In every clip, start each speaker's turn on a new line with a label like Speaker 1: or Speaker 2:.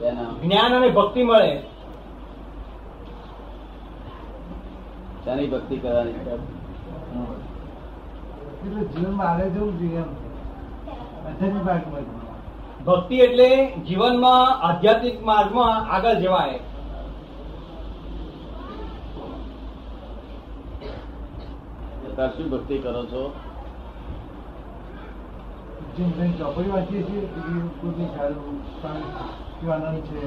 Speaker 1: તેના-
Speaker 2: જ્ઞાન અને ભક્તિ મળે
Speaker 1: તેની ભક્તિ કરવાની છે.
Speaker 3: એટલે જીવનમાં આગળ જવું જોઈએ એમ અધ્યાત્મિક માર્ગમાં
Speaker 2: ભક્તિ એટલે જીવનમાં આધ્યાત્મિક માર્ગમાં આગળ જવાય
Speaker 1: અત્યારે શું ભક્તિ કરો છો
Speaker 3: જે મને ચોપડી વાંચીએ છીએ એ કોઈની સારું શાંત કે આનંદ છે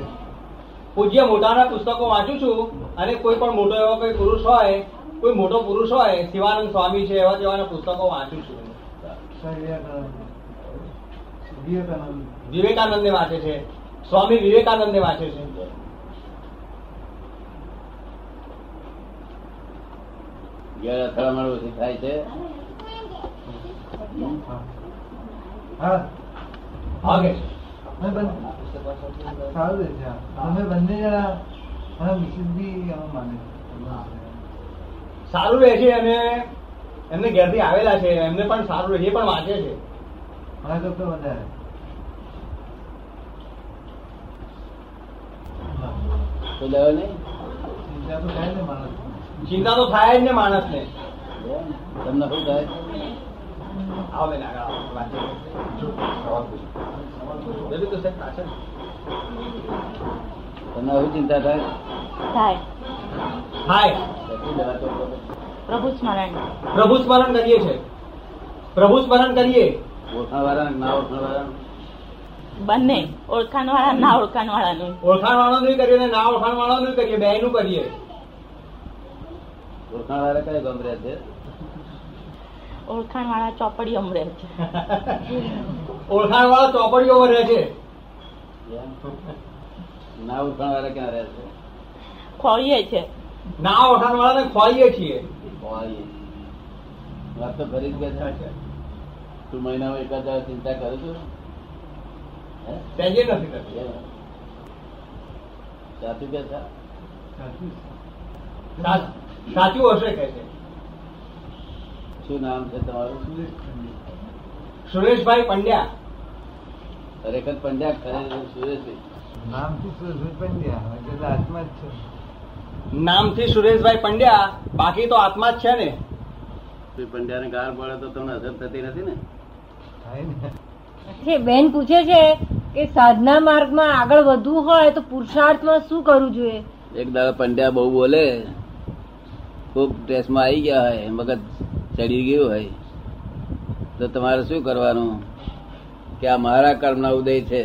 Speaker 2: પૂજ્ય મોટાના પુસ્તકો વાંચું છું અને કોઈ પણ મોટો એવો કોઈ પુરુષ હોય કોઈ મોટો પુરુષ હોય શિવાનંદ સ્વામી છે એવા તેવાના પુસ્તકો વાંચું છું
Speaker 3: સ્વામી વિવેકાનંદ વિવેકાનંદ
Speaker 2: વિવેકાનંદને વાંચે છે સ્વામી વિવેકાનંદને વાંચે છે
Speaker 1: ઘેર અથડામણ ઓછી થાય છે
Speaker 3: હા હા
Speaker 2: હા કે
Speaker 3: અમે બંને સારું રહે છે હા. અમે બંને જણા અમે મિસિસ બી અમે માને છે.
Speaker 2: સારું રહે છે અને એમને ઘેરથી આવેલા છે એમને પણ સારું રહે છે એ પણ વાંચે છે
Speaker 3: મારા કરતા વધારે હા.
Speaker 1: તો લેવો નહીં
Speaker 3: ચિંતા તો થાય ને
Speaker 2: ચિંતા
Speaker 3: માણસને.
Speaker 2: તો થાય જ ને માણસને
Speaker 1: લેવો ને. તમને શું થાય
Speaker 2: આવે ને આગળ વાંચે બોલ્યું તો સાહેબ પાછળ
Speaker 1: તમને શું ચિંતા થાય
Speaker 4: થાય
Speaker 2: હાય
Speaker 1: પછી દવા તો કરો.
Speaker 4: પ્રભુ સ્મરણ
Speaker 2: પ્રભુ સ્મરણ કરીએ છે પ્રભુ સ્મરણ કરીએ
Speaker 1: ઓળખાણવાળાને ના ઓળખાણવાળાને?
Speaker 4: બંને ઓળખાણ વાળા ના ઓળખાણ વાળાનું
Speaker 2: ઓળખાણ વાળાનું ય કરીએ અને ના ઓળખાણ વાળાનું ય કરીએ બેયનું કરીએ
Speaker 1: ઓળખાણવાળા કયા ગામ રહે છે
Speaker 4: ઓળખાણ વાળા ચોપડી અમરે છે
Speaker 2: ઓળખાણ વાળા ચોપડીઓ પર રહે છે
Speaker 1: ના ઓળખાણવાળા ક્યાં રહે છે
Speaker 4: ખોળીએ છે
Speaker 2: ના ઓળખાણ વાળાને ખોઈએ છીએ
Speaker 1: હોય. વાત તો ફરી જ ગયા છે તું મહિનામાં એકાદ દાડો ચિંતા કરું છું હે?
Speaker 2: સહેજે નથી થતી
Speaker 1: કેમ? સાચું કે છે?
Speaker 3: સાચું
Speaker 2: સા- સાચું હશે કે છે
Speaker 1: શું નામ છે તમારું
Speaker 3: સુરેશ ખંડે.
Speaker 2: સુરેશભાઈ પંડ્યા
Speaker 1: ખરેખર પંડ્યા ખરેખર સુરેશભાઈ
Speaker 3: નામથી સુરેશ પંડ્યા એટલે આત્મા જ છે
Speaker 2: નામથી સુરેશભાઈ પંડ્યા બાકી તો આત્મા જ છે ને
Speaker 1: પંડ્યાને ગાળ પડે તો તમને અસર થતી નથી ને
Speaker 3: થાય ને
Speaker 5: છે બેન પૂછે છે કે સાધના માર્ગમાં આગળ વધવું હોય તો પુરુષાર્થમાં શું કરવું જોઈએ
Speaker 1: એક દાડો પંડ્યા બહુ બોલે ખૂબ ડ્રેસમાં આવી ગયા હોય મગજ ચડી ગયું હોય તો તમારે શું કરવાનું કે આ મારા કર્મના ઉદય છે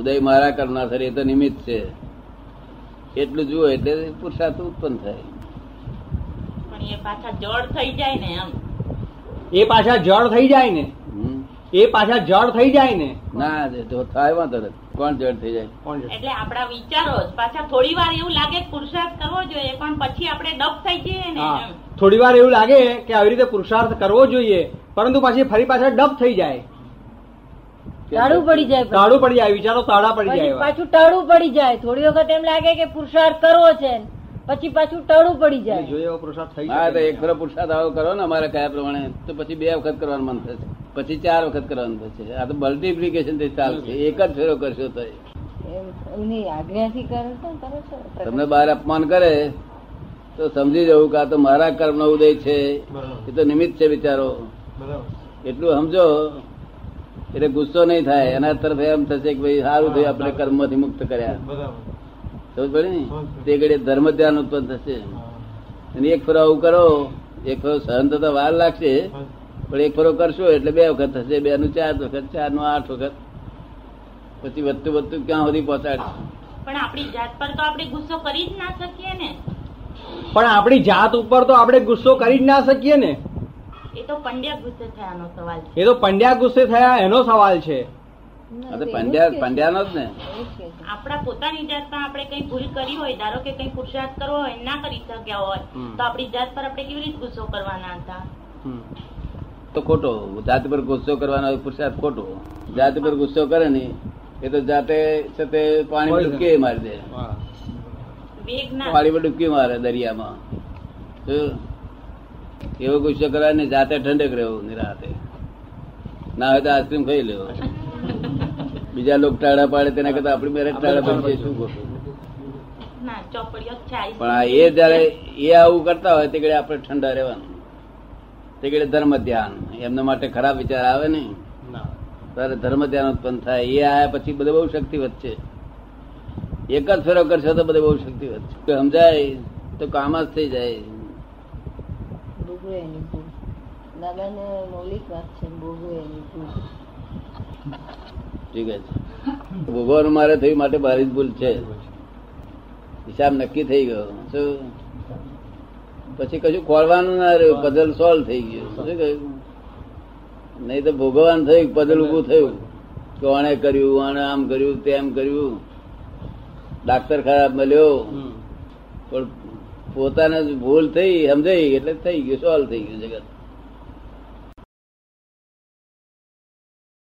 Speaker 1: ઉદય મારા કર્મના થશે એ તો નિમિત્ત છે એટલું જુઓ એટલે પુરુષાર્થ ઉત્પન્ન થાય
Speaker 4: પણ એ પાછા જડ થઈ જાય ને એમ
Speaker 2: એ પાછા જળ થઈ જાય ને
Speaker 1: હમ?
Speaker 2: એ પાછા જળ થઈ જાય ને
Speaker 1: ના જો થાય વાંધો નથી કોણ જડ થઈ જાય
Speaker 4: એટલે આપણા વિચારો જ પાછા થોડી વાર એવું લાગે કે પુરુષાર્થ કરવો જોઈએ પણ પછી આપણે ડબ થઈ જઈએ ને
Speaker 2: હા
Speaker 4: એમ
Speaker 2: થોડી વાર એવું લાગે કે આવી રીતે પુરુષાર્થ કરવો જોઈએ પરંતુ પાછી ફરી પાછા ડબ થઈ જાય
Speaker 5: ટાળું પડી જાય પછી.
Speaker 2: તાળું પડી જાય વિચારો તાળા પડી
Speaker 5: પછી
Speaker 2: જાય એવા.
Speaker 5: પાછું ટળું પડી જાય થોડી વખત એમ લાગે કે પુરુષાર્થ કરવો છે પછી પાછું ટળું પડી
Speaker 2: એટલે
Speaker 5: જાય
Speaker 2: જોઈએ એવો પુરુષાર્થ થઈ
Speaker 1: હા તો
Speaker 2: શકે.
Speaker 1: એક ફેરો પુરુષાર્થ આવો કરો ને અમારે કયા પ્રમાણે તો પછી બે વખત કરવાનું મન થશે પછી ચાર વખત કરવાનું થશે આ તો મલ્ટીપ્લિકેશન થી ચાલશે એક જ ફેરો કરશો તો
Speaker 5: એમની આજ્ઞાથી કરો છો કરો છો
Speaker 1: તમને બહાર અપમાન કરે તો સમજી જવું કે આ તો મારા કર્મનો ઉદય છે એ તો નિમિત્ત છે બિચારો
Speaker 3: બરાબર
Speaker 1: એટલું સમજો એટલે ગુસ્સો નહીં થાય એના તરફ એમ થશે કે ભાઈ સારું થયું આપણે કર્મમાંથી મુક્ત કર્યા
Speaker 3: બરાબર
Speaker 1: સમજ પડી ને તે ઘડી ધર્મ ધ્યાન ઉત્પન્ન થશે અને એક ફરો આવું કરો એક ફરો સહન થતા વાર લાગશે પણ એક ફરો કરશો એટલે બે વખત થશે બે નું ચાર વખત ચાર નું આઠ વખત પછી વધતું વધતું ક્યાં સુધી પહોંચાડશે
Speaker 4: પણ આપણી જાત પર તો આપણે ગુસ્સો કરી જ ના શકીએ ને
Speaker 2: પણ આપણી જાત ઉપર તો આપણે ગુસ્સો કરી જ ના શકીએ ને
Speaker 4: એ તો પંડ્યા ગુસ્સે થયાનો સવાલ છે
Speaker 2: એ તો પંડ્યા ગુસ્સે થયા એનો સવાલ છે
Speaker 5: ના,
Speaker 1: આ તો
Speaker 5: એવું જ
Speaker 1: પંડ્યા
Speaker 5: કે છે.
Speaker 1: પંડ્યાનો જ ને
Speaker 5: એવું જ કે છે.
Speaker 4: આપણા પોતાની જાતમાં આપણે કંઈ ભૂલ કરી હોય ધારો કે કંઈ પુરુષાર્થ કરવો હોય ના કરી શક્યા હોય
Speaker 2: હમ.
Speaker 4: તો આપણી જાત પર આપણે કેવી રીતે ગુસ્સો કરવાના હતા
Speaker 1: તો ખોટો જાત પર ગુસ્સો કરવાનો પુરુષાર્થ ખોટો જાત પર ગુસ્સો કરે ને એ તો જાતે છે તે પાણીમાં ડૂબકી મારી દે
Speaker 4: વેગ ના
Speaker 1: પાણીમાં ડૂબકી મારે દરિયામાં તો એવો ગુસ્સો કરવા ને જાતે ઠંડક રહેવું નિરાતે ના હોય તો આઈસ્ક્રીમ ખાઈ લેવો બીજા લોકો ટાળા પાડે તેના કરતા આપણી મેરેજ ટાળા પાડીએ શું ખોટું
Speaker 4: ના ચોપડીઓ જ છે આ.
Speaker 1: પણ આ એ જયારે એ આવું કરતા હોય તે ઘડી આપણે ઠંડા રહેવાનું તે ઘડી ધર્મ ધ્યાન એમના માટે ખરાબ વિચાર આવે નહીં
Speaker 2: ના
Speaker 1: ત્યારે ધર્મ ધ્યાન ઉત્પન્ન થાય એ આયા પછી બધે બહુ શક્તિ વધશે એક જ ફેરો કરશો તો બધે બહુ શક્તિ વધશે કોઈ સમજાય તો કામ જ થઈ જાય
Speaker 6: ભોગવે એની ભૂલ દાદાને મૌલિક વાત છે ભોગવે એની ભૂલ
Speaker 1: ઠીક છે ભોગવાનું મારે થયું માટે મારી જ ભૂલ છે હિસાબ નક્કી થઈ ગયો શું પછી કશું ખોળવાનું ના રહ્યું પઝલ સોલ્વ થઈ ગયું શું કહ્યું નહીં તો ભોગવવાનું થયું પઝલ ઊભું થયું કોણે કર્યું આણે આમ કર્યું તેમ કર્યું ડાક્ટર ખરાબ મળ્યો
Speaker 2: હમ.
Speaker 1: પણ પોતાને જ ભૂલ થઈ સમજાઈ એટલે થઈ ગયું સોલ્વ થઈ ગયું જગત